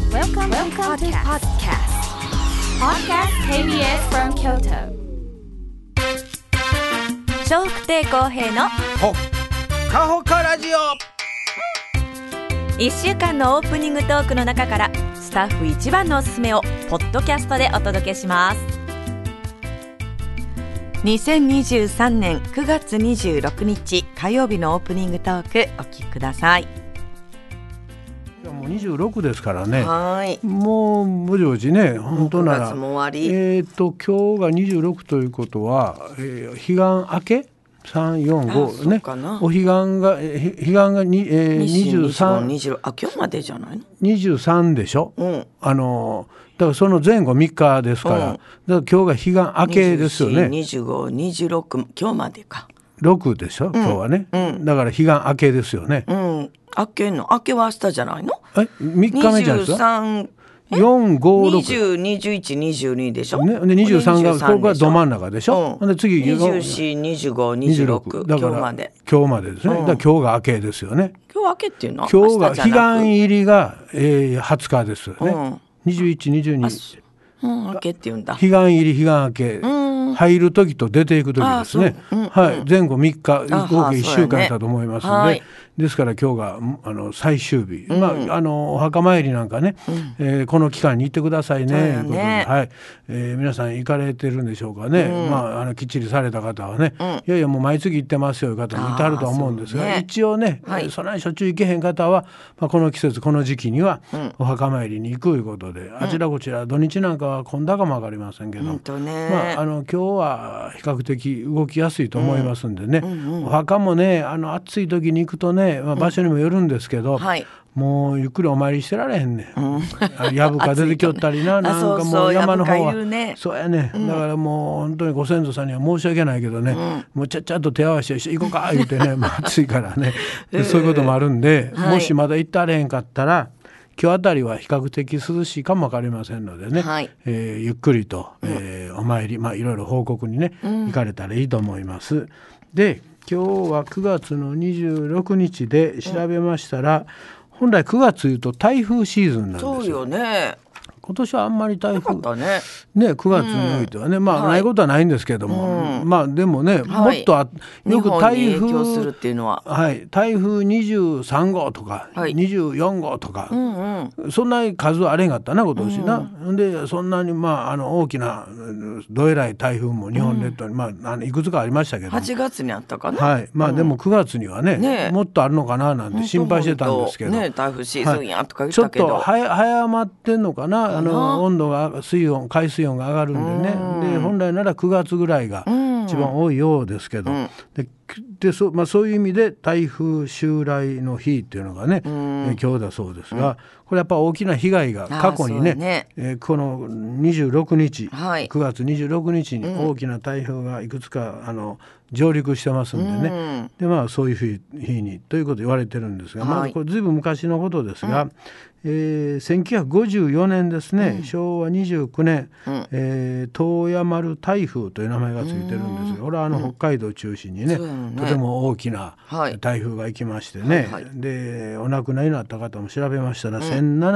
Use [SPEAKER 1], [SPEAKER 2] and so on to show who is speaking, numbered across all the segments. [SPEAKER 1] Welcome to
[SPEAKER 2] Welcome, to podcast.
[SPEAKER 1] Podcast KBS from Kyoto.
[SPEAKER 2] 笑福亭公平の
[SPEAKER 3] ほっかほかラジオ
[SPEAKER 2] 1週間のオープニングトークの中からスタッフ一番のおすすめをポッドキャストでお届けします2023年9月26日火曜日のオープニングトークお聞きください
[SPEAKER 3] もう26ですからね
[SPEAKER 4] はーい。
[SPEAKER 3] もう無料時ね本当な
[SPEAKER 4] 9
[SPEAKER 3] ら
[SPEAKER 4] 月も終わり
[SPEAKER 3] えっ、と今日が26ということは、えー、彼岸明け345
[SPEAKER 4] あそう
[SPEAKER 3] ね
[SPEAKER 4] かな
[SPEAKER 3] お彼岸がえー彼岸がに、えー、23
[SPEAKER 4] 20あ今日までじゃないの？
[SPEAKER 3] 23でしょ、
[SPEAKER 4] うん。
[SPEAKER 3] あのーだからその前後3日ですから、
[SPEAKER 4] うん
[SPEAKER 3] だから今日が彼岸明けですよね
[SPEAKER 4] 二十五、二十六今日までか。
[SPEAKER 3] 6でしょ今日はね、だから彼岸明けですよね、
[SPEAKER 4] うん。明けんの明けは明日じゃないの？
[SPEAKER 3] え3日目じゃないですか
[SPEAKER 4] 三。
[SPEAKER 3] 456
[SPEAKER 4] 二十二十一二十二でしょ？
[SPEAKER 3] ね、で二十三がここがど真ん
[SPEAKER 4] 中。
[SPEAKER 3] 中でしょ。
[SPEAKER 4] うん
[SPEAKER 3] で次
[SPEAKER 4] 二十四、二十五、二十六今
[SPEAKER 3] だ
[SPEAKER 4] 日
[SPEAKER 3] から
[SPEAKER 4] まで。
[SPEAKER 3] 今日までですね。だから今日が明けですよね。
[SPEAKER 4] 今日明けっていうの？
[SPEAKER 3] 今日が彼
[SPEAKER 4] 明じ
[SPEAKER 3] 岸
[SPEAKER 4] ゃなく
[SPEAKER 3] 入りがえー二十日ですよね。二十一二十二彼岸
[SPEAKER 4] うん明けっていうんだ。
[SPEAKER 3] 入り彼岸明け入る時と出ていく時ですね。はい前後三日
[SPEAKER 4] あ
[SPEAKER 3] 合計一週
[SPEAKER 4] そうや
[SPEAKER 3] 間
[SPEAKER 4] ね
[SPEAKER 3] だと思いますの
[SPEAKER 4] は
[SPEAKER 3] で
[SPEAKER 4] い。
[SPEAKER 3] ですから今日がんあの最終日、まああのお墓参りなんかね、えーこの期間に行ってくださいね
[SPEAKER 4] そうや
[SPEAKER 3] という
[SPEAKER 4] ね
[SPEAKER 3] ことではい、えー皆さん行かれてるんでしょうかね、まああのきっちりされた方はね、いやいやもう毎月行ってますよいう方もいてはるとは思うんですが、
[SPEAKER 4] あーそうね
[SPEAKER 3] 一応ね、
[SPEAKER 4] はい
[SPEAKER 3] えーそんなにしょっちゅう行けへん方は、まあ、この季節この時期にはお墓参りに行くいうことで、あちらこちら土日なんかは混んだかもわかりませんけど、
[SPEAKER 4] 本当ね
[SPEAKER 3] まああの今日は比較的動きやすいと思いますんでね、お墓もねあの暑い時に行くとね、まあ、場所にもよるんですけど、
[SPEAKER 4] はい
[SPEAKER 3] もうゆっくりお参りしてられへんねん。あやぶか出てきよったりな、
[SPEAKER 4] 暑いとね
[SPEAKER 3] なん
[SPEAKER 4] あ
[SPEAKER 3] か
[SPEAKER 4] そう
[SPEAKER 3] も
[SPEAKER 4] そう
[SPEAKER 3] う山の方
[SPEAKER 4] やぶ
[SPEAKER 3] は
[SPEAKER 4] かいるね
[SPEAKER 3] そうやね、だからもう本当にご先祖さんには申し訳ないけどね、もうちゃっちゃっと手合わせして行こうか言って ねもう暑いからねでそういうこともあるんで、
[SPEAKER 4] はい
[SPEAKER 3] もしまだ行ったれへんかったら今日あたりは比較的涼しいかもわかりませんのでね、
[SPEAKER 4] はい
[SPEAKER 3] えーゆっくりと、えーお参りまあいろいろ報告にね、行かれたらいいと思います。で今日は9月の26日で調べましたら、本来9月いうと台風シーズンなんです
[SPEAKER 4] そうよね。
[SPEAKER 3] 今年はあんまり台
[SPEAKER 4] よか
[SPEAKER 3] 風
[SPEAKER 4] ったね。
[SPEAKER 3] ね、9月においてはね、まあ、
[SPEAKER 4] はい
[SPEAKER 3] ないことはないんですけれども、まあでもね、
[SPEAKER 4] はい
[SPEAKER 3] もっとあよく台
[SPEAKER 4] 日本に影響する
[SPEAKER 3] 風
[SPEAKER 4] っていうのは。
[SPEAKER 3] はい、台風23号とか、
[SPEAKER 4] はい
[SPEAKER 3] 24号とか、
[SPEAKER 4] うんうん。
[SPEAKER 3] そんなに数はあれへんかったな今年な、でそんなにまああの大きなどえらい台風も日本列島に、まああのいくつかありましたけども
[SPEAKER 4] 八月にあったかな。
[SPEAKER 3] はい、まあでも9月にはね,、
[SPEAKER 4] ねえ
[SPEAKER 3] もっとあるのかななんて心配してたんですけど、
[SPEAKER 4] ね、台風シーズンやとか言っ
[SPEAKER 3] ちょ
[SPEAKER 4] た
[SPEAKER 3] っ
[SPEAKER 4] けど、
[SPEAKER 3] と早早まってんのかなあ
[SPEAKER 4] な
[SPEAKER 3] の温度が水温海水温が上がるんでねで本来なら9月ぐらいが一番多いようですけど、ででそ,、まあ、そういう意味で台風襲来の日っていうのがね、え今日だそうですが、これやっぱ大きな被害が過去に
[SPEAKER 4] あー
[SPEAKER 3] ね
[SPEAKER 4] そうね
[SPEAKER 3] えーこの26日、
[SPEAKER 4] はい
[SPEAKER 3] 9月26日に大きな台風がいくつか、あの上陸してますんでね、でまあそういう日日にということ言われてるんですが、ま
[SPEAKER 4] は
[SPEAKER 3] ず
[SPEAKER 4] い
[SPEAKER 3] これずいぶん昔のことですが、えー1954年ですね、昭和29年、えー東山丸台風という名前がついてるんですがこれはあの北海道を中心にね,、
[SPEAKER 4] そうやもんね
[SPEAKER 3] とても大きな
[SPEAKER 4] はい
[SPEAKER 3] 台風が行きましてね、
[SPEAKER 4] はいは
[SPEAKER 3] でお亡くなりになった方も調べましたら、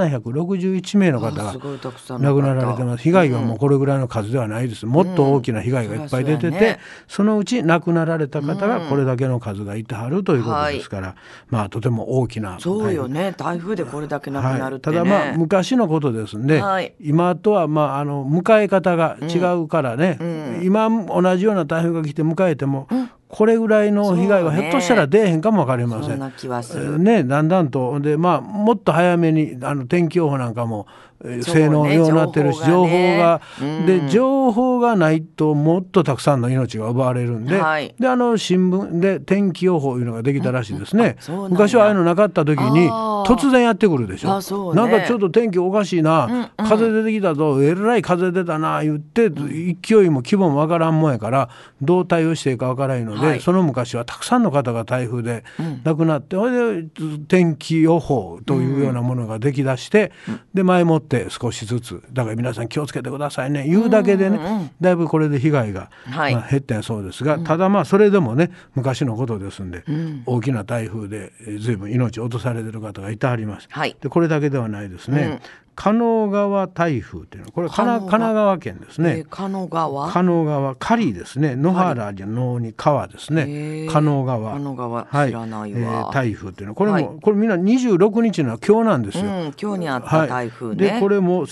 [SPEAKER 3] 1761名の方
[SPEAKER 4] あ
[SPEAKER 3] が
[SPEAKER 4] すごいたくさんの
[SPEAKER 3] 亡
[SPEAKER 4] 方
[SPEAKER 3] くなられてます被害がもうこれぐらいの数ではないです、もっと大きな被害がいっぱい出てて、
[SPEAKER 4] そりゃそうやね
[SPEAKER 3] そのうち亡くなられた方がこれだけの数がいてはるということですから、まあとても大きな
[SPEAKER 4] そうよね、台風でこれだけなくなるってね。
[SPEAKER 3] はい、ただまあ昔のことですんで、
[SPEAKER 4] はい
[SPEAKER 3] 今とはまああの迎え方が違うからね、今同じような台風が来て迎えても、これぐらいの被害は
[SPEAKER 4] そう
[SPEAKER 3] ひ
[SPEAKER 4] ね
[SPEAKER 3] ょっとしたら出えへんかもわかりませ
[SPEAKER 4] そ
[SPEAKER 3] ん。
[SPEAKER 4] んな気はする。
[SPEAKER 3] ね、だんだんとで、まあ、もっと早めにあの天気予報なんかも、えー
[SPEAKER 4] そうね
[SPEAKER 3] 性能ようになってるし
[SPEAKER 4] 情
[SPEAKER 3] 情報
[SPEAKER 4] 報が
[SPEAKER 3] が,、で情報がないともっとたくさんの命が奪われるんで,、
[SPEAKER 4] はい
[SPEAKER 3] であの新聞で天気予報いうのができたらしいですね、
[SPEAKER 4] そうなんや
[SPEAKER 3] 昔はああいうのなかった時に
[SPEAKER 4] あー
[SPEAKER 3] 突然やってくるでしょ、
[SPEAKER 4] あそうね
[SPEAKER 3] なんかちょっと天気おかしいな、風出てきたぞえらい風出たな言って勢いも規模もわからんもんやからどう対応していいかわからんので、
[SPEAKER 4] はい
[SPEAKER 3] その昔はたくさんの方が台風で亡くなって、それで天気予報というようなものができだして、で前もって少しずつだから皆さん気をつけてくださいね言うだけでね、だいぶこれで被害が、
[SPEAKER 4] はい
[SPEAKER 3] まあ減ったんやそうですが、ただまあそれでもね昔のことですんで、大きな台風でえー随分命を落とされてる方がいてはります。
[SPEAKER 4] はい
[SPEAKER 3] でこれだけではないですね、加納川台風というのはこれは神奈神
[SPEAKER 4] 加納
[SPEAKER 3] 奈川県です
[SPEAKER 4] え
[SPEAKER 3] ね
[SPEAKER 4] ー、。加納川
[SPEAKER 3] 加納川狩りですね野原のに川です
[SPEAKER 4] へ
[SPEAKER 3] ね
[SPEAKER 4] え
[SPEAKER 3] 加納川
[SPEAKER 4] 加納川
[SPEAKER 3] はい
[SPEAKER 4] 知らないわ
[SPEAKER 3] えー台風っていうのはこれも、
[SPEAKER 4] はい
[SPEAKER 3] これみんな26日のは今日なんです
[SPEAKER 4] う
[SPEAKER 3] よ、
[SPEAKER 4] ん今日にあった
[SPEAKER 3] はい、
[SPEAKER 4] 台風ね、
[SPEAKER 3] でこれも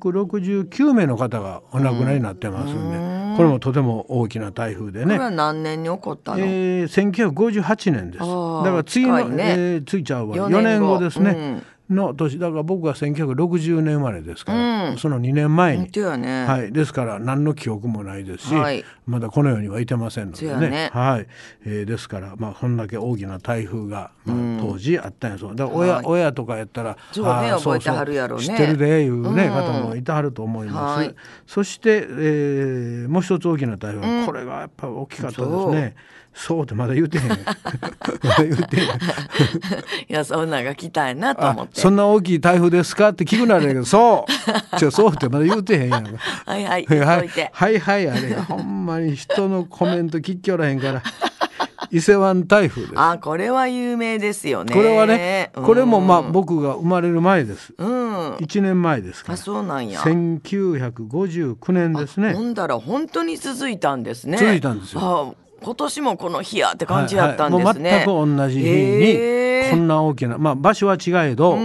[SPEAKER 3] 1269名の方がお亡くなりになってますんで、これもとても大きな台風で
[SPEAKER 4] こ
[SPEAKER 3] ね
[SPEAKER 4] れは何年に起こったの、
[SPEAKER 3] えー、1958年ですだ
[SPEAKER 4] あー
[SPEAKER 3] から次の、
[SPEAKER 4] 近いね
[SPEAKER 3] えーついちゃうわ
[SPEAKER 4] 四
[SPEAKER 3] 4
[SPEAKER 4] 年
[SPEAKER 3] 年
[SPEAKER 4] 後
[SPEAKER 3] 後ですね、の年だから僕は1960年生まれですから、
[SPEAKER 4] うん
[SPEAKER 3] その2年前
[SPEAKER 4] 本
[SPEAKER 3] に
[SPEAKER 4] 当やね、
[SPEAKER 3] はい、ですから何の記憶もないですし、
[SPEAKER 4] はい
[SPEAKER 3] まだこの世にはいてませんので
[SPEAKER 4] そう
[SPEAKER 3] ね
[SPEAKER 4] やね
[SPEAKER 3] はいえーですから、まあ、こんだけ大きな台風が、まあ当時あったんやそうだから親,、
[SPEAKER 4] はい
[SPEAKER 3] 親とかやったら
[SPEAKER 4] そうね
[SPEAKER 3] あー
[SPEAKER 4] 覚えてはるやろうね
[SPEAKER 3] 知ってるでいう、ね
[SPEAKER 4] うん
[SPEAKER 3] 方もいてはると思います、
[SPEAKER 4] はい
[SPEAKER 3] そして、えーもう一つ大きな台風、これがやっぱ大きかったですね。そうってまだ言うてへ んまだ言うてへん
[SPEAKER 4] いやそんなんが来たいなと思
[SPEAKER 3] あ
[SPEAKER 4] って
[SPEAKER 3] そんな大きい台風ですかって聞くならやけどそうちょそうってまだ言うてへんやん か
[SPEAKER 4] はいはい言っ
[SPEAKER 3] は
[SPEAKER 4] と
[SPEAKER 3] い
[SPEAKER 4] いて、
[SPEAKER 3] はいはいあれほんまに人のコメント聞きおらへんから伊勢湾台風ですこ
[SPEAKER 4] あこれは有名ですよね
[SPEAKER 3] れはね
[SPEAKER 4] うん
[SPEAKER 3] これもまあ僕が生まれる前です
[SPEAKER 4] うん
[SPEAKER 3] 1年前ですから
[SPEAKER 4] あそうなんや
[SPEAKER 3] 1959年ですね
[SPEAKER 4] ほんだら本当に続いたんですね
[SPEAKER 3] 続いたんです
[SPEAKER 4] よ今年もこの日やって感じやったん
[SPEAKER 3] は
[SPEAKER 4] で
[SPEAKER 3] いはい
[SPEAKER 4] すね、
[SPEAKER 3] もう全く同じ日
[SPEAKER 4] へ
[SPEAKER 3] に
[SPEAKER 4] ー
[SPEAKER 3] こんな大きなまあ場所は違えど大き
[SPEAKER 4] う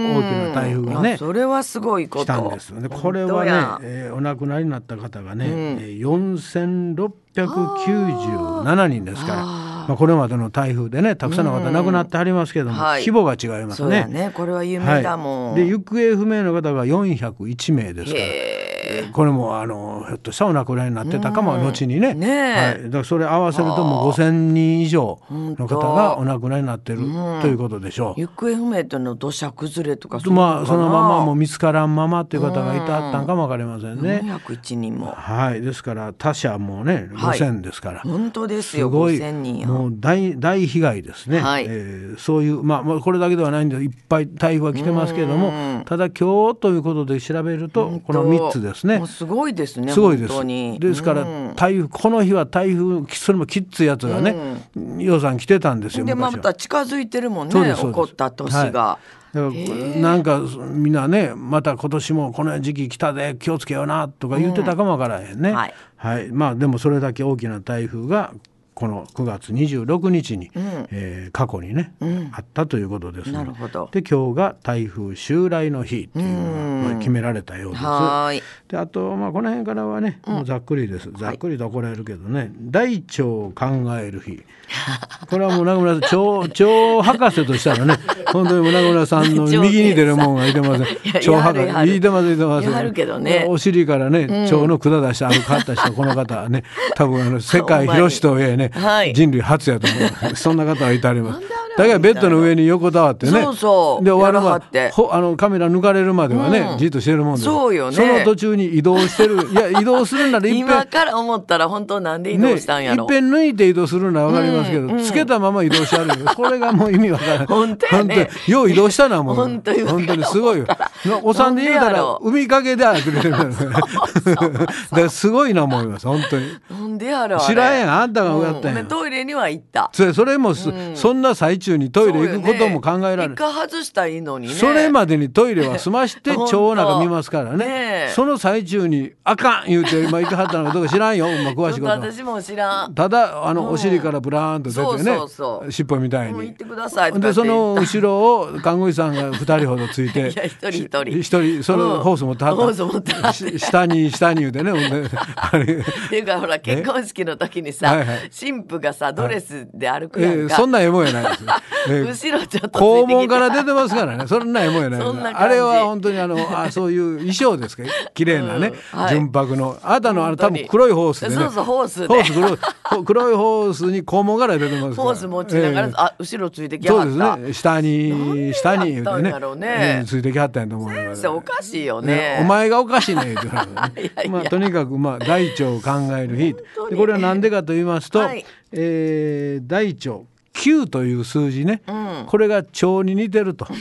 [SPEAKER 3] な
[SPEAKER 4] ん
[SPEAKER 3] 台風が
[SPEAKER 4] あ
[SPEAKER 3] ね
[SPEAKER 4] それはすごいこと
[SPEAKER 3] 来たんですよねこれは
[SPEAKER 4] 本当や
[SPEAKER 3] ね、えーお亡くなりになった方がね、えー4697人ですからまあ、これまでの台風でねたくさんの方亡くなってありますけれども、
[SPEAKER 4] はい
[SPEAKER 3] 規模が違います
[SPEAKER 4] そうや
[SPEAKER 3] ね。
[SPEAKER 4] ねこれは有名だもん、
[SPEAKER 3] はい、で行方不明の方が401名ですから。
[SPEAKER 4] へ
[SPEAKER 3] これもあのひょっとしたらお亡くなりになってたかも後にね
[SPEAKER 4] ねえ
[SPEAKER 3] はい、だからそれ合わせるともう5,000人以上の方が
[SPEAKER 4] ほんと
[SPEAKER 3] お亡くなりになってるということでしょ
[SPEAKER 4] ー行方不明というのは土砂崩れとか
[SPEAKER 3] う。
[SPEAKER 4] う
[SPEAKER 3] まあそのままもう
[SPEAKER 4] う
[SPEAKER 3] 見つからんままという方がいたったんかもわかりませんね。
[SPEAKER 4] 401人も
[SPEAKER 3] はい、ですから他社もね
[SPEAKER 4] はい
[SPEAKER 3] 5,000ですから、
[SPEAKER 4] 本当です
[SPEAKER 3] す
[SPEAKER 4] よ
[SPEAKER 3] ごい
[SPEAKER 4] 5000人や
[SPEAKER 3] もう大大被害ですね、
[SPEAKER 4] はい
[SPEAKER 3] えーそういう、まあ、まあこれだけではないんでいっぱい台風は来てますけれどもただ今日ということで調べるとこの3つですね
[SPEAKER 4] もう。すごいですね
[SPEAKER 3] すごいです
[SPEAKER 4] 本当に
[SPEAKER 3] ですか
[SPEAKER 4] う
[SPEAKER 3] ら
[SPEAKER 4] ん
[SPEAKER 3] 台風この日は台風きそれもきっついやつがね、予算来てたんですよ
[SPEAKER 4] でま
[SPEAKER 3] 昔は。
[SPEAKER 4] た近づいてるもんね
[SPEAKER 3] そうですそう
[SPEAKER 4] 起
[SPEAKER 3] です
[SPEAKER 4] こった年が、
[SPEAKER 3] だからなんかみんなねまた今年もこの時期来たで気をつけようなとか言ってたかもわからへんね、
[SPEAKER 4] うんは
[SPEAKER 3] はいいまあでもそれだけ大きな台風がこの9月26日に、えー過去にね、あったということですね
[SPEAKER 4] なるほど
[SPEAKER 3] で今日が台風襲来の日っていうのがまあ決められたようです。
[SPEAKER 4] はーい
[SPEAKER 3] であと、まあ、この辺からはね、もうざっくりですざっくりと怒られるけどね、大腸を考える日これはもう中村さん腸腸博士としたら ね本当に村村さんの右に出るもんがいてません
[SPEAKER 4] やいや
[SPEAKER 3] 腸博
[SPEAKER 4] やるやる
[SPEAKER 3] 士いてませんいてません
[SPEAKER 4] やるけどね
[SPEAKER 3] お尻からね腸の管出して歩かった人この方は ね多分あの世
[SPEAKER 4] ほん
[SPEAKER 3] 界
[SPEAKER 4] まに
[SPEAKER 3] 広しとはいえね、
[SPEAKER 4] はい
[SPEAKER 3] 人類初やと思うそんな方はいてありますだからベッドの上に横たわってね
[SPEAKER 4] そうそう
[SPEAKER 3] で終
[SPEAKER 4] やらは
[SPEAKER 3] わ
[SPEAKER 4] っ
[SPEAKER 3] るま
[SPEAKER 4] て
[SPEAKER 3] でほあのカメラ抜かれるまではね、じっとしてるもんです
[SPEAKER 4] そうよね
[SPEAKER 3] その途中に移動してるいや移動するなら いっぺん
[SPEAKER 4] 今から思ったら本当なんで移動したんや
[SPEAKER 3] い
[SPEAKER 4] ろ、
[SPEAKER 3] っぺん抜いて移動するのはわかりますけど、つけたまま移動しはる よこれがもう意味わからない
[SPEAKER 4] 本当やね
[SPEAKER 3] 本当よう移動したなもう
[SPEAKER 4] 本当よ
[SPEAKER 3] 本当にすごい よなお産で言うた
[SPEAKER 4] なんでや
[SPEAKER 3] ら
[SPEAKER 4] ろ
[SPEAKER 3] 海陰で歩くれてる からねだからすごいな思います本当に
[SPEAKER 4] なんでやろあれ
[SPEAKER 3] 知らんやんあんたがやったん
[SPEAKER 4] う
[SPEAKER 3] や
[SPEAKER 4] ん、トイレには行った
[SPEAKER 3] それそれもす、そんな最中にトイレ行くことも考えられる
[SPEAKER 4] 一回外したらいいのにね
[SPEAKER 3] それまでにトイレは済まして
[SPEAKER 4] 本
[SPEAKER 3] 腸
[SPEAKER 4] 当
[SPEAKER 3] の中見ますからね
[SPEAKER 4] ねえ
[SPEAKER 3] その最中に「あかん!」言うて今行かはったのかどうか知ら んよ、まあ、詳し
[SPEAKER 4] ち
[SPEAKER 3] いこと
[SPEAKER 4] ょっと
[SPEAKER 3] は
[SPEAKER 4] 私も知らん
[SPEAKER 3] ただあの、お尻からブラーンと出てね
[SPEAKER 4] そうそうそう
[SPEAKER 3] 尻尾みたい
[SPEAKER 4] もう行っ
[SPEAKER 3] に
[SPEAKER 4] て。くださいとか
[SPEAKER 3] で
[SPEAKER 4] って
[SPEAKER 3] そ
[SPEAKER 4] 言
[SPEAKER 3] の
[SPEAKER 4] った
[SPEAKER 3] 後ろを看護師さんが2人ほどついて
[SPEAKER 4] いや一人一人
[SPEAKER 3] し一人その
[SPEAKER 4] うん
[SPEAKER 3] ホース持ってはった、
[SPEAKER 4] ホース持ってはっ
[SPEAKER 3] し
[SPEAKER 4] て
[SPEAKER 3] 下に下に言うてねほ んであれ
[SPEAKER 4] っていうかほら結婚式の時にさ、
[SPEAKER 3] はいはい
[SPEAKER 4] 新婦がさドレスで歩
[SPEAKER 3] え
[SPEAKER 4] くやん
[SPEAKER 3] ー
[SPEAKER 4] か、
[SPEAKER 3] そんなエモやない ですよ、えー
[SPEAKER 4] 後ろちょっとついてきた
[SPEAKER 3] 肛門から出てます からねそんなエモやない
[SPEAKER 4] そんな感じ
[SPEAKER 3] あれは本当にあのあそういう衣装ですか綺麗なね、
[SPEAKER 4] うん はい
[SPEAKER 3] 純白のあなたのあの
[SPEAKER 4] 本当
[SPEAKER 3] 多
[SPEAKER 4] に
[SPEAKER 3] 分黒いホースでね
[SPEAKER 4] そうそうホースで
[SPEAKER 3] ホース黒いほ黒いホースに肛門から出てますから
[SPEAKER 4] ホース持ちながら、
[SPEAKER 3] ええ
[SPEAKER 4] あ後ろついてきや
[SPEAKER 3] そ
[SPEAKER 4] が
[SPEAKER 3] う
[SPEAKER 4] っ
[SPEAKER 3] で
[SPEAKER 4] た
[SPEAKER 3] すね下に下に言う
[SPEAKER 4] な
[SPEAKER 3] て
[SPEAKER 4] んで
[SPEAKER 3] ね
[SPEAKER 4] やったんやろうね
[SPEAKER 3] ええついてきはったんやと思います
[SPEAKER 4] 先生おかしいよね
[SPEAKER 3] ねお前がおかしいね言うてる
[SPEAKER 4] いやいや
[SPEAKER 3] まあとにかくまあ大腸を考える日
[SPEAKER 4] 当に
[SPEAKER 3] でこれは何でかと言いますと、
[SPEAKER 4] はい
[SPEAKER 3] えー大腸9という数字ね、これが腸に似てると こ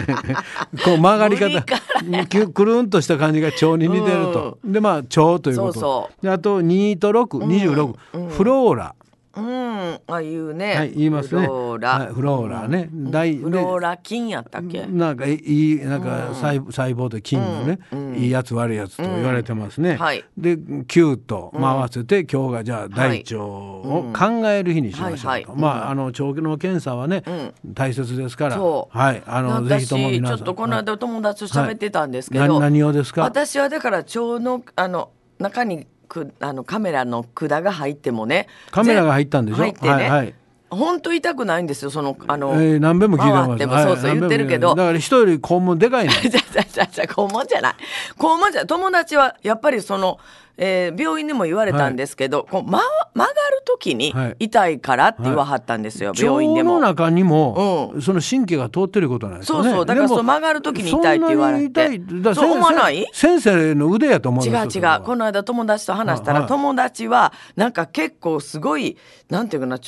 [SPEAKER 3] う曲がり
[SPEAKER 4] 無理
[SPEAKER 3] 方
[SPEAKER 4] か
[SPEAKER 3] きゅくるんとした感じが腸に似てると、でまあ腸ということ
[SPEAKER 4] そうそ
[SPEAKER 3] であと2と626、フローラ
[SPEAKER 4] うん、ああいうね、
[SPEAKER 3] はい、言いますね。
[SPEAKER 4] フローラ、
[SPEAKER 3] はい、フローラね。大
[SPEAKER 4] フローラ菌やったっけ、
[SPEAKER 3] なんかいいなんか細,、細胞で菌のね、いいやつ悪いやつと言われてますね。
[SPEAKER 4] はい
[SPEAKER 3] で9とまあ合わせて、今日がじゃあ大腸を考える日にしましょうと、
[SPEAKER 4] はいはい
[SPEAKER 3] まああの腸の検査はね、大切ですから
[SPEAKER 4] そう
[SPEAKER 3] はいあのぜひ
[SPEAKER 4] 私
[SPEAKER 3] とも皆
[SPEAKER 4] ち
[SPEAKER 3] さ
[SPEAKER 4] ょ
[SPEAKER 3] ん
[SPEAKER 4] っとこの間お友達と喋ってたんですけ
[SPEAKER 3] はい
[SPEAKER 4] ど、
[SPEAKER 3] な何をですか
[SPEAKER 4] 私はだから腸のあの中にくあのカメラの管が入ってもね
[SPEAKER 3] カメラが入ったんでしょ
[SPEAKER 4] 入ってね、
[SPEAKER 3] はいはい
[SPEAKER 4] 本当痛くないんですよそのあの、
[SPEAKER 3] えー何べんも聞いてます
[SPEAKER 4] 回ってもそうそう
[SPEAKER 3] はい
[SPEAKER 4] 言ってるけ
[SPEAKER 3] 何遍も聞いてま
[SPEAKER 4] ど
[SPEAKER 3] すだから人より肛門でかいね
[SPEAKER 4] じゃじゃじゃじゃ肛門じゃない肛門じゃない友達はやっぱりその、えー病院でも言われたんですけど、こうま、曲がる時に
[SPEAKER 3] はい
[SPEAKER 4] 痛いからって言わはったんですよ、病院でも。
[SPEAKER 3] 腸の中にも、
[SPEAKER 4] う
[SPEAKER 3] その神経が通ってることなんですよね。
[SPEAKER 4] そうそうだから
[SPEAKER 3] でも
[SPEAKER 4] そう曲がる時に痛いって言われて
[SPEAKER 3] そんなに痛いだから
[SPEAKER 4] そう
[SPEAKER 3] せん
[SPEAKER 4] 思わない
[SPEAKER 3] 先生の腕やと思うん
[SPEAKER 4] 違う
[SPEAKER 3] ですよ
[SPEAKER 4] 違
[SPEAKER 3] それは
[SPEAKER 4] うこの間友達と話した
[SPEAKER 3] は
[SPEAKER 4] ら
[SPEAKER 3] い
[SPEAKER 4] 友達はなんか結構すごいなんていうかな腸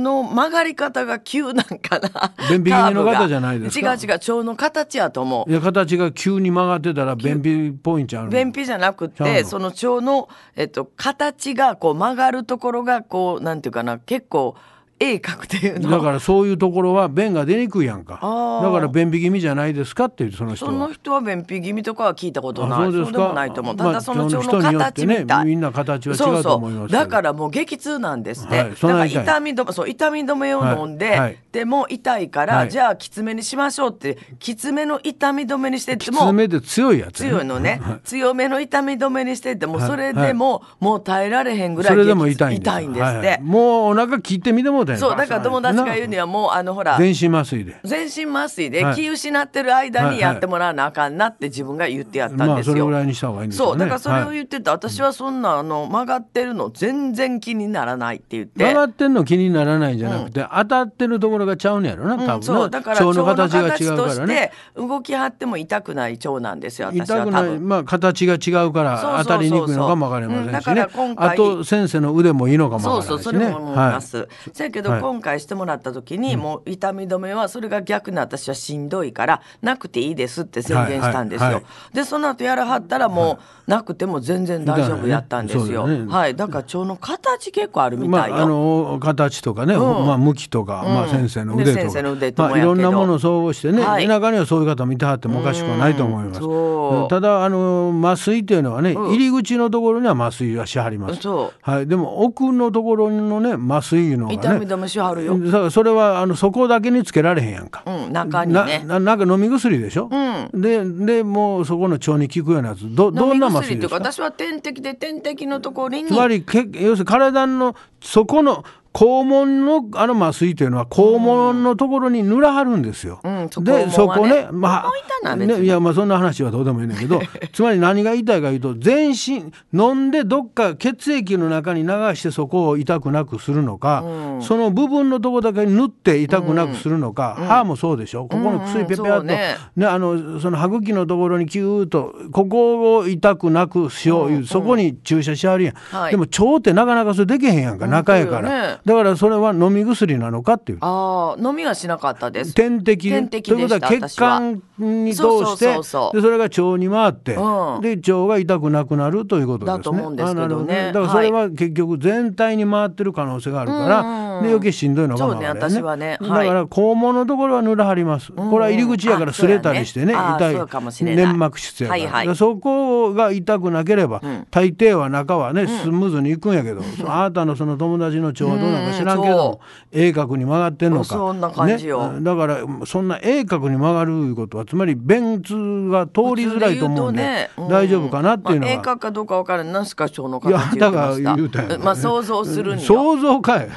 [SPEAKER 4] の曲がり方が急なんかな
[SPEAKER 3] 便秘気味の
[SPEAKER 4] カーブが
[SPEAKER 3] 方じゃないですか
[SPEAKER 4] 違う違う腸の形やと思
[SPEAKER 3] いうや形が急に曲がってたら便秘っぽいんちゃうの
[SPEAKER 4] 便秘じゃなく
[SPEAKER 3] ちゃう
[SPEAKER 4] て
[SPEAKER 3] の
[SPEAKER 4] その腸の、えっと、形がこう曲がるところがこうなんていうかな結構鋭角っていうの
[SPEAKER 3] だからそういうところは便が出にくいやんか
[SPEAKER 4] あー
[SPEAKER 3] だから便秘気味じゃないですかっていうその人
[SPEAKER 4] そ
[SPEAKER 3] は
[SPEAKER 4] の人は便秘気味とかは聞いたことない
[SPEAKER 3] あ
[SPEAKER 4] そ
[SPEAKER 3] そううです
[SPEAKER 4] で
[SPEAKER 3] か
[SPEAKER 4] もないと思うた
[SPEAKER 3] ま
[SPEAKER 4] だ
[SPEAKER 3] あ
[SPEAKER 4] その腸
[SPEAKER 3] 人
[SPEAKER 4] の
[SPEAKER 3] によっ
[SPEAKER 4] 形
[SPEAKER 3] てね
[SPEAKER 4] みたい、
[SPEAKER 3] みんな形は違うと思いますけど
[SPEAKER 4] だからもう激痛なんですって、
[SPEAKER 3] はい
[SPEAKER 4] だ
[SPEAKER 3] そん
[SPEAKER 4] か
[SPEAKER 3] な
[SPEAKER 4] ら
[SPEAKER 3] 痛い
[SPEAKER 4] 痛み止めそう痛み止めを飲んで、
[SPEAKER 3] はいはい
[SPEAKER 4] でも痛いから、
[SPEAKER 3] はい
[SPEAKER 4] じゃあきつめにしましょうってきつめの痛み止めにしてっても
[SPEAKER 3] 爪で強いやつね、
[SPEAKER 4] 強いのね、強めの痛み止めにしてってもう
[SPEAKER 3] はい
[SPEAKER 4] それでも、もう耐えられへんぐらい
[SPEAKER 3] それでも痛いん
[SPEAKER 4] 激
[SPEAKER 3] です
[SPEAKER 4] 痛いんですって、
[SPEAKER 3] はいはいもうお腹切ってみてもうたやん
[SPEAKER 4] そうだから友達が言うにはもうあのほら
[SPEAKER 3] 全身麻酔で
[SPEAKER 4] 全身麻酔で
[SPEAKER 3] はい
[SPEAKER 4] 気失ってる間
[SPEAKER 3] はいは
[SPEAKER 4] に
[SPEAKER 3] い
[SPEAKER 4] やってもらわなあかんなって自分が言ってやったん
[SPEAKER 3] ま
[SPEAKER 4] で
[SPEAKER 3] あ
[SPEAKER 4] す
[SPEAKER 3] それ
[SPEAKER 4] よ。
[SPEAKER 3] ぐらいにした方がいいんです
[SPEAKER 4] そ
[SPEAKER 3] よ
[SPEAKER 4] う
[SPEAKER 3] ね
[SPEAKER 4] だからそれを
[SPEAKER 3] はい
[SPEAKER 4] 言ってた、私はそんなあの曲がってるの全然気にならないって言って
[SPEAKER 3] 曲がってんの気にならないんじゃなくて、当たってるところがちゃうのやろな多分な、
[SPEAKER 4] うんそうだから
[SPEAKER 3] 腸の形が違う
[SPEAKER 4] と
[SPEAKER 3] か
[SPEAKER 4] し
[SPEAKER 3] らね
[SPEAKER 4] て動き張っても痛くない腸なんですよ私
[SPEAKER 3] 痛
[SPEAKER 4] は
[SPEAKER 3] く
[SPEAKER 4] 多
[SPEAKER 3] ない
[SPEAKER 4] 分。
[SPEAKER 3] まあ形が違うか
[SPEAKER 4] そうそうそうそう
[SPEAKER 3] ら当たりにくいのかも分かりませんし
[SPEAKER 4] うんだ
[SPEAKER 3] ね
[SPEAKER 4] から今回
[SPEAKER 3] あと先生の腕もいいのかも
[SPEAKER 4] そ
[SPEAKER 3] 分
[SPEAKER 4] う
[SPEAKER 3] か
[SPEAKER 4] そ
[SPEAKER 3] ら
[SPEAKER 4] う
[SPEAKER 3] ないしね
[SPEAKER 4] それも思います。
[SPEAKER 3] は
[SPEAKER 4] せやけど、
[SPEAKER 3] はい
[SPEAKER 4] 今回してもらった時に、もう痛み止めはそれが逆に私はしんどいからなくていいですって宣言したんですよ。
[SPEAKER 3] はいはいは
[SPEAKER 4] でその後やらはったらもう、なくても全然大丈夫やったんです
[SPEAKER 3] だか
[SPEAKER 4] よ。
[SPEAKER 3] らねそうだよね
[SPEAKER 4] はいだから腸の形結構ある
[SPEAKER 3] い
[SPEAKER 4] み
[SPEAKER 3] ま
[SPEAKER 4] たいよ。
[SPEAKER 3] あ、あの形とかね、まあ、向きとか、まあ、先生の腕と
[SPEAKER 4] ね
[SPEAKER 3] か、
[SPEAKER 4] 先生の腕とも
[SPEAKER 3] ま
[SPEAKER 4] や
[SPEAKER 3] あ、
[SPEAKER 4] け
[SPEAKER 3] い
[SPEAKER 4] ど
[SPEAKER 3] ろんなものを総合してね、
[SPEAKER 4] はい
[SPEAKER 3] 中にはそういう方もいてはってもおかしくはないと思います
[SPEAKER 4] うんそう
[SPEAKER 3] ただあの麻酔というのはね、入り口のところには麻酔はしはります
[SPEAKER 4] そう
[SPEAKER 3] はい、でも奥のところのね麻酔いうのがね
[SPEAKER 4] 痛み止めしはるよ
[SPEAKER 3] だからそれはあのそこだけにつけられへんやんか、
[SPEAKER 4] うん中にね。
[SPEAKER 3] なななんか飲み薬でしょ、ででもうそこの腸に効くようなやつどど
[SPEAKER 4] 飲
[SPEAKER 3] ん
[SPEAKER 4] み
[SPEAKER 3] な麻
[SPEAKER 4] 薬
[SPEAKER 3] 酔
[SPEAKER 4] っ
[SPEAKER 3] で
[SPEAKER 4] て
[SPEAKER 3] す
[SPEAKER 4] いうか
[SPEAKER 3] か
[SPEAKER 4] 私は点滴で点滴のところに
[SPEAKER 3] つまりけ要するに体のそこの肛門のあの麻酔というのは肛門のところに塗らはるんですよ。
[SPEAKER 4] んそこ
[SPEAKER 3] でそこね
[SPEAKER 4] 肛門はね
[SPEAKER 3] ま
[SPEAKER 4] 肛門痛
[SPEAKER 3] あ
[SPEAKER 4] な別に
[SPEAKER 3] ねいやまあそんな話はどうでもいいねんだけどつまり何が痛いかいうと全身飲んでどっか血液の中に流してそこを痛くなくするのか、その部分のとこだけ塗って痛くなくするのか、歯もそうでしょここの薬ペペ
[SPEAKER 4] うん
[SPEAKER 3] ア
[SPEAKER 4] そう
[SPEAKER 3] と、
[SPEAKER 4] ね
[SPEAKER 3] ねあのその歯茎のところにキューッとここを痛くなくしよういう、そこに注射しはるやん、
[SPEAKER 4] はい
[SPEAKER 3] でも腸ってなかなかそれできへんやんか中やか
[SPEAKER 4] 本当よ
[SPEAKER 3] ら、
[SPEAKER 4] ね
[SPEAKER 3] だからそれは飲み薬なのかっていう
[SPEAKER 4] ああ飲みはしなかったです。
[SPEAKER 3] 点滴
[SPEAKER 4] 点滴
[SPEAKER 3] ということは
[SPEAKER 4] でした
[SPEAKER 3] 血管に通
[SPEAKER 4] 私は
[SPEAKER 3] して
[SPEAKER 4] そうそうそうそう
[SPEAKER 3] でそれが腸に回って、
[SPEAKER 4] うん
[SPEAKER 3] で腸が痛くなくなるということですね。
[SPEAKER 4] だと思うんですけどね
[SPEAKER 3] あなるほだからそれは結局全体に回ってる可能性があるから、で余計しんどいのがまあ
[SPEAKER 4] そうね
[SPEAKER 3] あれ
[SPEAKER 4] 私はね
[SPEAKER 3] だ
[SPEAKER 4] は
[SPEAKER 3] か
[SPEAKER 4] い
[SPEAKER 3] ら肛門のところは塗らはります。
[SPEAKER 4] ん
[SPEAKER 3] これは入り口やから
[SPEAKER 4] あ
[SPEAKER 3] 擦れたりしてね
[SPEAKER 4] そうやねあー
[SPEAKER 3] 痛
[SPEAKER 4] そうかもし
[SPEAKER 3] い
[SPEAKER 4] れない
[SPEAKER 3] 粘膜質やから,、
[SPEAKER 4] はいはい
[SPEAKER 3] そこが痛くなければ、大抵は中はねスムーズにいくんやけど、そのあなたのその友達の腸はどうなんか知らんけ
[SPEAKER 4] うん
[SPEAKER 3] ど
[SPEAKER 4] そ、
[SPEAKER 3] 鋭角に曲がってんのか。
[SPEAKER 4] そんな感じよ
[SPEAKER 3] ねだからそんな鋭角に曲がるいうことはつまり便通が通りづらいと思うんで
[SPEAKER 4] 普通言とねん
[SPEAKER 3] 大丈夫かなっていうの
[SPEAKER 4] まあ
[SPEAKER 3] は、
[SPEAKER 4] 鋭角かどうかわからない何すか腸の
[SPEAKER 3] い
[SPEAKER 4] 形
[SPEAKER 3] やだから言うたんやろね
[SPEAKER 4] まあ想像するによ
[SPEAKER 3] 想像かい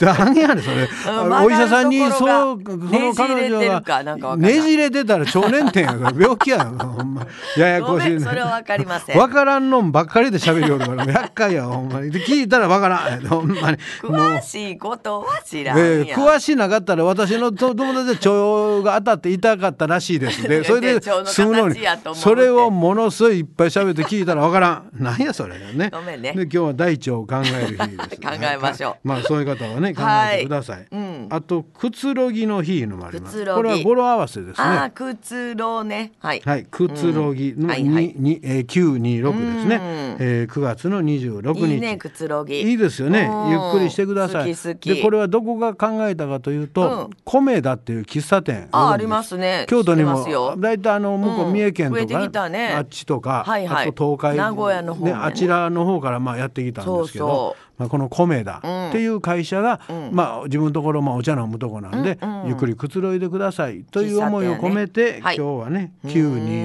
[SPEAKER 3] 何やねんそれ
[SPEAKER 4] ん
[SPEAKER 3] あの
[SPEAKER 4] 曲がる
[SPEAKER 3] お医者さんに
[SPEAKER 4] ところが
[SPEAKER 3] そうその彼
[SPEAKER 4] ねじれて
[SPEAKER 3] 女
[SPEAKER 4] るかなんかわ
[SPEAKER 3] が
[SPEAKER 4] かんない
[SPEAKER 3] ねじれてたら腸年点やから病気やんほんまやや
[SPEAKER 4] ご
[SPEAKER 3] こし
[SPEAKER 4] め
[SPEAKER 3] いね
[SPEAKER 4] んそれはわかりません。
[SPEAKER 3] わからんのんばっかりで喋りよるからもう厄介やほんまにで聞いたらわからんほんまに
[SPEAKER 4] 詳しいことは知らんやん。
[SPEAKER 3] ええ詳しなかったら私のと友達で腸が当たって痛かったらしいです でそれで
[SPEAKER 4] 腸の
[SPEAKER 3] 済むのに
[SPEAKER 4] 形やと思うて
[SPEAKER 3] それをものすごいいっぱい喋って聞いたらわからんなんやそれね
[SPEAKER 4] ごめんね
[SPEAKER 3] で今日は大腸を考える日です
[SPEAKER 4] 考えましょう
[SPEAKER 3] はいまあそういう方はね考えてください、あとくつろぎの日いうのもありま
[SPEAKER 4] くつ
[SPEAKER 3] すこ
[SPEAKER 4] ろぎ
[SPEAKER 3] れは語呂合わせです
[SPEAKER 4] ああ
[SPEAKER 3] ね
[SPEAKER 4] くつろうねはい。
[SPEAKER 3] はい、くつろぎの
[SPEAKER 4] はいはい
[SPEAKER 3] ににえー926ですね、えー9月の26日
[SPEAKER 4] いいねくつろぎ
[SPEAKER 3] いいですよね
[SPEAKER 4] うん
[SPEAKER 3] ゆっくりしてください
[SPEAKER 4] 好き好き
[SPEAKER 3] でこれはどこが考えたかというと、
[SPEAKER 4] うん
[SPEAKER 3] 米田っていう喫茶店
[SPEAKER 4] あ
[SPEAKER 3] るんです
[SPEAKER 4] ありますね
[SPEAKER 3] 京都に
[SPEAKER 4] 知ってますよ
[SPEAKER 3] も大体あの向こ
[SPEAKER 4] う
[SPEAKER 3] うん三重県と
[SPEAKER 4] 増えてき
[SPEAKER 3] か、
[SPEAKER 4] たね
[SPEAKER 3] あっちとか、
[SPEAKER 4] はいはい
[SPEAKER 3] あと東海
[SPEAKER 4] 名古屋の方もね
[SPEAKER 3] あちらの方からまあやってきたんですけど
[SPEAKER 4] そうそ
[SPEAKER 3] まあ、この米田
[SPEAKER 4] うん
[SPEAKER 3] っていう会社が、まあ、自分のところまあお茶飲むとこなんで、
[SPEAKER 4] うんうん
[SPEAKER 3] ゆっくりくつろいでくださいという思いを込めて、
[SPEAKER 4] 喫茶店ねはい
[SPEAKER 3] 今日はね
[SPEAKER 4] う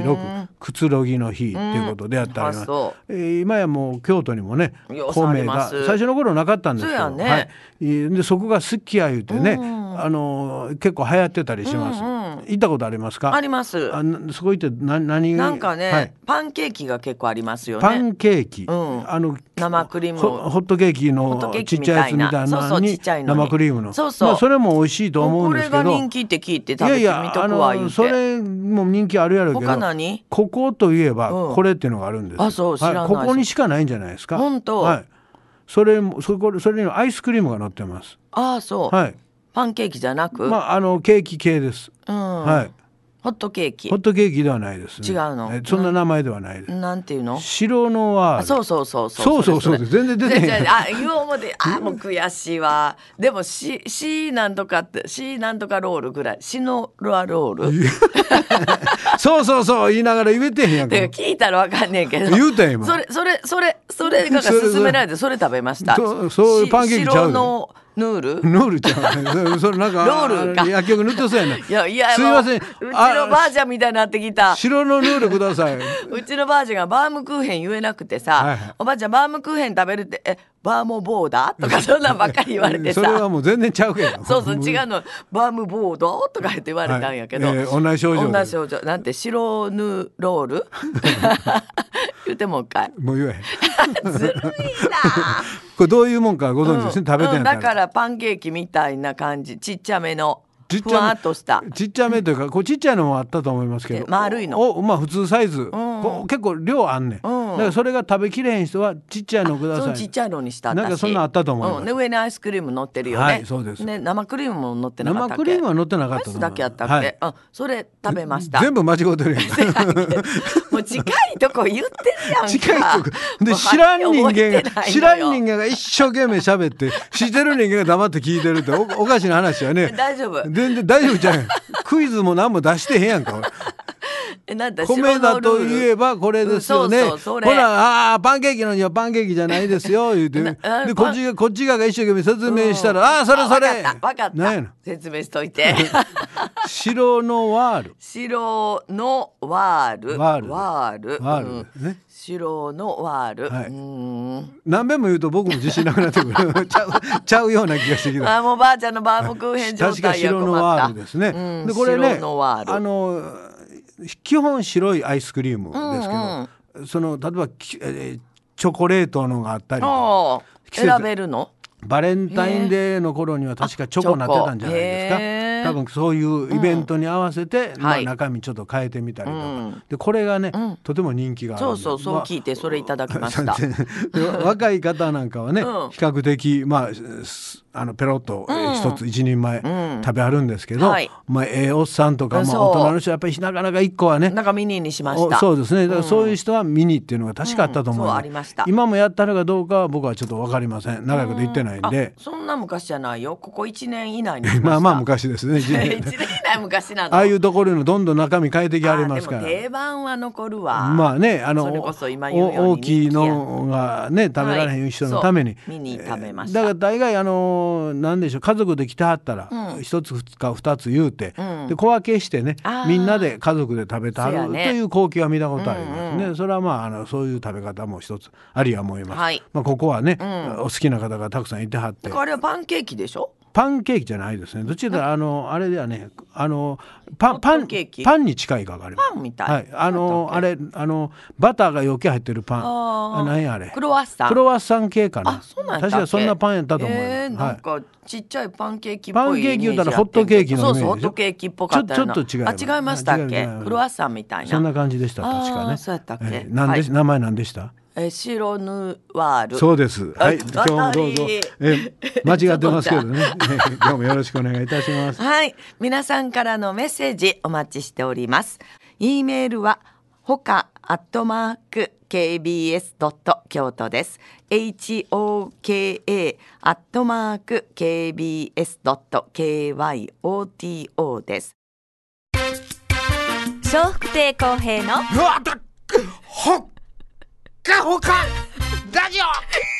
[SPEAKER 3] 926
[SPEAKER 4] ん
[SPEAKER 3] くつろぎの日っていうことでやってあり
[SPEAKER 4] うん
[SPEAKER 3] ま
[SPEAKER 4] あ
[SPEAKER 3] す。
[SPEAKER 4] そ
[SPEAKER 3] えー今やもう京都にもね
[SPEAKER 4] ようあり
[SPEAKER 3] 米
[SPEAKER 4] ま
[SPEAKER 3] 田
[SPEAKER 4] す
[SPEAKER 3] 最初の頃なかったんですけ
[SPEAKER 4] そうや
[SPEAKER 3] ど、
[SPEAKER 4] ね
[SPEAKER 3] はいえーでそこが好きや言うてね、あのー結構流行ってたりします、行ったことありますか
[SPEAKER 4] あります
[SPEAKER 3] あなそこ行ってな何が
[SPEAKER 4] なんかね、
[SPEAKER 3] はい
[SPEAKER 4] パンケーキが結構ありますよね
[SPEAKER 3] パンケーキ、
[SPEAKER 4] ん
[SPEAKER 3] あの
[SPEAKER 4] 生クリーム
[SPEAKER 3] ほホットケーキ
[SPEAKER 4] ホット
[SPEAKER 3] の
[SPEAKER 4] ケーキ
[SPEAKER 3] ちっちゃいやつみ
[SPEAKER 4] みたい
[SPEAKER 3] た
[SPEAKER 4] ない
[SPEAKER 3] な
[SPEAKER 4] そ
[SPEAKER 3] の
[SPEAKER 4] うそうち
[SPEAKER 3] に
[SPEAKER 4] っちゃいのに
[SPEAKER 3] 生クリームの
[SPEAKER 4] そうそう
[SPEAKER 3] まあ、それも美味しいと思うんですけど
[SPEAKER 4] これが人気って聞いて
[SPEAKER 3] い
[SPEAKER 4] 食べ
[SPEAKER 3] や
[SPEAKER 4] て
[SPEAKER 3] い
[SPEAKER 4] み
[SPEAKER 3] や
[SPEAKER 4] と
[SPEAKER 3] あ
[SPEAKER 4] くわ言う
[SPEAKER 3] の
[SPEAKER 4] て
[SPEAKER 3] それも人気あるやろうけ
[SPEAKER 4] 他
[SPEAKER 3] ど
[SPEAKER 4] 何
[SPEAKER 3] ここといえば、
[SPEAKER 4] うん
[SPEAKER 3] これっていうのがあるんですよ
[SPEAKER 4] あそう知らない
[SPEAKER 3] はい、ここにしかないんじゃないですか
[SPEAKER 4] ほんと
[SPEAKER 3] はい、それもそこそれにはアイスクリームが乗ってます
[SPEAKER 4] ああそう、
[SPEAKER 3] はい
[SPEAKER 4] パンケーキじゃなく、
[SPEAKER 3] まああのケーキ系です、
[SPEAKER 4] うん
[SPEAKER 3] はい
[SPEAKER 4] ホットケーキ
[SPEAKER 3] ホットケーキではないです、ね、
[SPEAKER 4] 違うの
[SPEAKER 3] えそんな名前ではないです、
[SPEAKER 4] なんていうの
[SPEAKER 3] 白のは
[SPEAKER 4] あそうそうそう
[SPEAKER 3] そうそうそう
[SPEAKER 4] れ
[SPEAKER 3] 全然出てへん
[SPEAKER 4] じゃあじ ゃああ言おう思ってあもう悔しいわでもししなんとかってしなんとかロールぐらいしのロアロール
[SPEAKER 3] そうそうそう言いながら言えてへんやんか
[SPEAKER 4] てか聞いたらわかんねんけど
[SPEAKER 3] 言うたやん今
[SPEAKER 4] それそれそれそれが
[SPEAKER 3] それ
[SPEAKER 4] 勧められてそれ食べました
[SPEAKER 3] そうそう
[SPEAKER 4] し
[SPEAKER 3] パンケーキちゃうで
[SPEAKER 4] 白のヌール
[SPEAKER 3] ノールちゃん それそれなんか
[SPEAKER 4] ロールか
[SPEAKER 3] あの薬局塗ってそうやな、
[SPEAKER 4] いやいや
[SPEAKER 3] すいません
[SPEAKER 4] もううちのばあちゃんみたいになってきた
[SPEAKER 3] 白のノールくださ いう
[SPEAKER 4] ちのばあちゃんがバームクーヘン言えなくてさ、
[SPEAKER 3] はいはい
[SPEAKER 4] おばあちゃんバームクーヘン食べるってえバーモボーダーとかそんなんばっかり言われてさ
[SPEAKER 3] それはもう全然ちゃうけど
[SPEAKER 4] そうそう違うのバームボードとか言って言われたんやけど、
[SPEAKER 3] はいえー同じ症状で
[SPEAKER 4] 同じ症状なんて白ヌロール 言ってもう一回
[SPEAKER 3] もう言えへん
[SPEAKER 4] ずるいな
[SPEAKER 3] これどういうもんかご存知ですね、食べて
[SPEAKER 4] うんん
[SPEAKER 3] や
[SPEAKER 4] だ
[SPEAKER 3] った
[SPEAKER 4] かららパンケーキみたいな感じちっちゃめの
[SPEAKER 3] ちっちゃ
[SPEAKER 4] ふ
[SPEAKER 3] め
[SPEAKER 4] わっとした
[SPEAKER 3] ちっちゃめというかこうちっちゃいのもあったと思いますけど
[SPEAKER 4] え丸いの
[SPEAKER 3] おまあ普通サイズ、こう結構量あんねん、だからそれが食べきれへん人はちっちゃいのくだ
[SPEAKER 4] そ
[SPEAKER 3] さ
[SPEAKER 4] の
[SPEAKER 3] い
[SPEAKER 4] ちっちゃいのにした
[SPEAKER 3] なんかそんなんあったと思います
[SPEAKER 4] うん、で上にアイスクリーム乗ってるよね、
[SPEAKER 3] はいそうです
[SPEAKER 4] ね生クリームも乗ってなかったっけ
[SPEAKER 3] 生クリームは乗ってなか
[SPEAKER 4] ア
[SPEAKER 3] っ
[SPEAKER 4] イ
[SPEAKER 3] たと
[SPEAKER 4] ス
[SPEAKER 3] 思う
[SPEAKER 4] だけやったっけ、
[SPEAKER 3] はい
[SPEAKER 4] うん、それ食べました
[SPEAKER 3] 全部間違うてるや ん
[SPEAKER 4] もう近いとこ言ってるやんか。
[SPEAKER 3] 近いとこで
[SPEAKER 4] も う
[SPEAKER 3] 知らん人
[SPEAKER 4] は っきり覚え
[SPEAKER 3] 間
[SPEAKER 4] て
[SPEAKER 3] が
[SPEAKER 4] ないのよ
[SPEAKER 3] 知らん人間が一生懸命喋 って知ってる人間が黙って聞いてるっておおかしな話やね
[SPEAKER 4] 大丈夫
[SPEAKER 3] 全然大丈夫じゃんクイズも何も出してへんやんか俺
[SPEAKER 4] えなんだ
[SPEAKER 3] 米だといえ
[SPEAKER 4] ば。
[SPEAKER 3] ばこれですよね、
[SPEAKER 4] うんそうそうそれ
[SPEAKER 3] ほらああーパンケーキのにはパンケーキじゃないです よ言うて
[SPEAKER 4] な
[SPEAKER 3] でこ
[SPEAKER 4] パン
[SPEAKER 3] っちがこっち側が一生懸命説明したら、ああーそれそれ
[SPEAKER 4] あわかった。わかっ
[SPEAKER 3] なんやの
[SPEAKER 4] た。説明しとい て。
[SPEAKER 3] 白のワール
[SPEAKER 4] 白のワール。
[SPEAKER 3] ワール
[SPEAKER 4] ワール。
[SPEAKER 3] ワール
[SPEAKER 4] うん
[SPEAKER 3] ね
[SPEAKER 4] 白のワール。
[SPEAKER 3] はいう
[SPEAKER 4] ーん
[SPEAKER 3] 何遍も言うと僕も自信なくなってく るちゃうちゃうような気がしてきた
[SPEAKER 4] あもうばあちゃんのバームクーヘン状
[SPEAKER 3] 確か
[SPEAKER 4] 態や
[SPEAKER 3] 白
[SPEAKER 4] 困った。
[SPEAKER 3] のワールですね。
[SPEAKER 4] うん
[SPEAKER 3] でこれね
[SPEAKER 4] 白のワール。
[SPEAKER 3] あの基本白いアイスクリームですけど、
[SPEAKER 4] うん
[SPEAKER 3] その例えばきえーチョコレートのがあったりとか
[SPEAKER 4] おー
[SPEAKER 3] 季節
[SPEAKER 4] 選べるの？
[SPEAKER 3] バレンタインデーの頃には確かチョコになってたんじゃないです
[SPEAKER 4] あチョコへー
[SPEAKER 3] か多分そういうイベントに合わせて、ま
[SPEAKER 4] は
[SPEAKER 3] あ、
[SPEAKER 4] い
[SPEAKER 3] 中身ちょっと変えてみたりとか、
[SPEAKER 4] うん
[SPEAKER 3] でこれがね、とても人気があるん
[SPEAKER 4] そ
[SPEAKER 3] で
[SPEAKER 4] うそうそう
[SPEAKER 3] まあ
[SPEAKER 4] 聞いてそれいただきま した。
[SPEAKER 3] で若い方なんかはね、
[SPEAKER 4] うん
[SPEAKER 3] 比較的まあすあのペロッとえー一つ一人前
[SPEAKER 4] ん
[SPEAKER 3] 食べあるんですけど、
[SPEAKER 4] はい
[SPEAKER 3] まあええおっさんとか、まあ、
[SPEAKER 4] そう
[SPEAKER 3] 大人の人はやっぱりなかなか一個はね
[SPEAKER 4] なんかミニにしまし
[SPEAKER 3] お
[SPEAKER 4] た。
[SPEAKER 3] そうですねだからそういう人はミニっていうのが確かあったと思う,、
[SPEAKER 4] うんそうありました
[SPEAKER 3] 今もやったのかどうかは僕はちょっと分かりません長いこと言ってないん
[SPEAKER 4] あ
[SPEAKER 3] で、
[SPEAKER 4] そんな昔じゃないよここ1年以内にしした
[SPEAKER 3] まあまあ 昔ですね
[SPEAKER 4] 1年以内昔なの
[SPEAKER 3] ああいうところのどんどん中身変えてきありますか
[SPEAKER 4] あ
[SPEAKER 3] ら
[SPEAKER 4] でも定番は残るわ
[SPEAKER 3] まあねあの
[SPEAKER 4] それこそ今言うように
[SPEAKER 3] お大きいのがね食べられへん人のために、
[SPEAKER 4] はいそう見に食べました
[SPEAKER 3] だから大概あのなんでしょう家族で来てはったら一、つ二つか二つ言うて、
[SPEAKER 4] うん
[SPEAKER 3] で小分けしてね
[SPEAKER 4] あー
[SPEAKER 3] みんなで家族で食べては
[SPEAKER 4] そうや
[SPEAKER 3] る、
[SPEAKER 4] ね
[SPEAKER 3] という光景は見たことありますね、それはまああのそういう食べ方も一つありや思います、
[SPEAKER 4] はい
[SPEAKER 3] まあ、ここはね、
[SPEAKER 4] ん
[SPEAKER 3] お好きな方がたくさんいてはって
[SPEAKER 4] だからあれはパンケーキでしょ
[SPEAKER 3] パンケーキじゃないですねどっちらあのあれではねあのパンパ
[SPEAKER 4] ホット
[SPEAKER 3] ン
[SPEAKER 4] ケーキ
[SPEAKER 3] パンに近いかかります
[SPEAKER 4] パンみたい
[SPEAKER 3] はい、あのあれあのバターが余計入ってるパン
[SPEAKER 4] あー
[SPEAKER 3] あ何やあれ
[SPEAKER 4] クロワッサン
[SPEAKER 3] クロワッサン系かな
[SPEAKER 4] あそうなんだ
[SPEAKER 3] 確かそんなパンやったと思う、
[SPEAKER 4] えー、
[SPEAKER 3] は
[SPEAKER 4] なん
[SPEAKER 3] い
[SPEAKER 4] かちっちゃいパンケーキっぽいイメー
[SPEAKER 3] パン
[SPEAKER 4] ジ
[SPEAKER 3] ケーキ言うたらホットケーキのイメージでしょ
[SPEAKER 4] そうそうホットケーキっぽかったよな
[SPEAKER 3] ちょちょっと違う
[SPEAKER 4] あ違いましたっ
[SPEAKER 3] あ違
[SPEAKER 4] け
[SPEAKER 3] う違う
[SPEAKER 4] クロワッサンみたいな
[SPEAKER 3] そんな感じでした確か
[SPEAKER 4] あー
[SPEAKER 3] ね
[SPEAKER 4] そうやったっけ
[SPEAKER 3] えーなんで、
[SPEAKER 4] はい
[SPEAKER 3] 名前なんでした
[SPEAKER 4] え白ヌワール
[SPEAKER 3] そうですはい
[SPEAKER 4] あ
[SPEAKER 3] 今日もどうぞ
[SPEAKER 4] あいい
[SPEAKER 3] え ー間違ってますけどねえー今日もよろしくお願いいたします
[SPEAKER 4] はい。皆さんからのメッセージお待ちしております。e メールはほかアットマーク KBS ドット京都です。H O K A アットマーク KBS ドット K Y O T O です。
[SPEAKER 2] 笑福亭公平の
[SPEAKER 5] うわだっほっかほかラジオ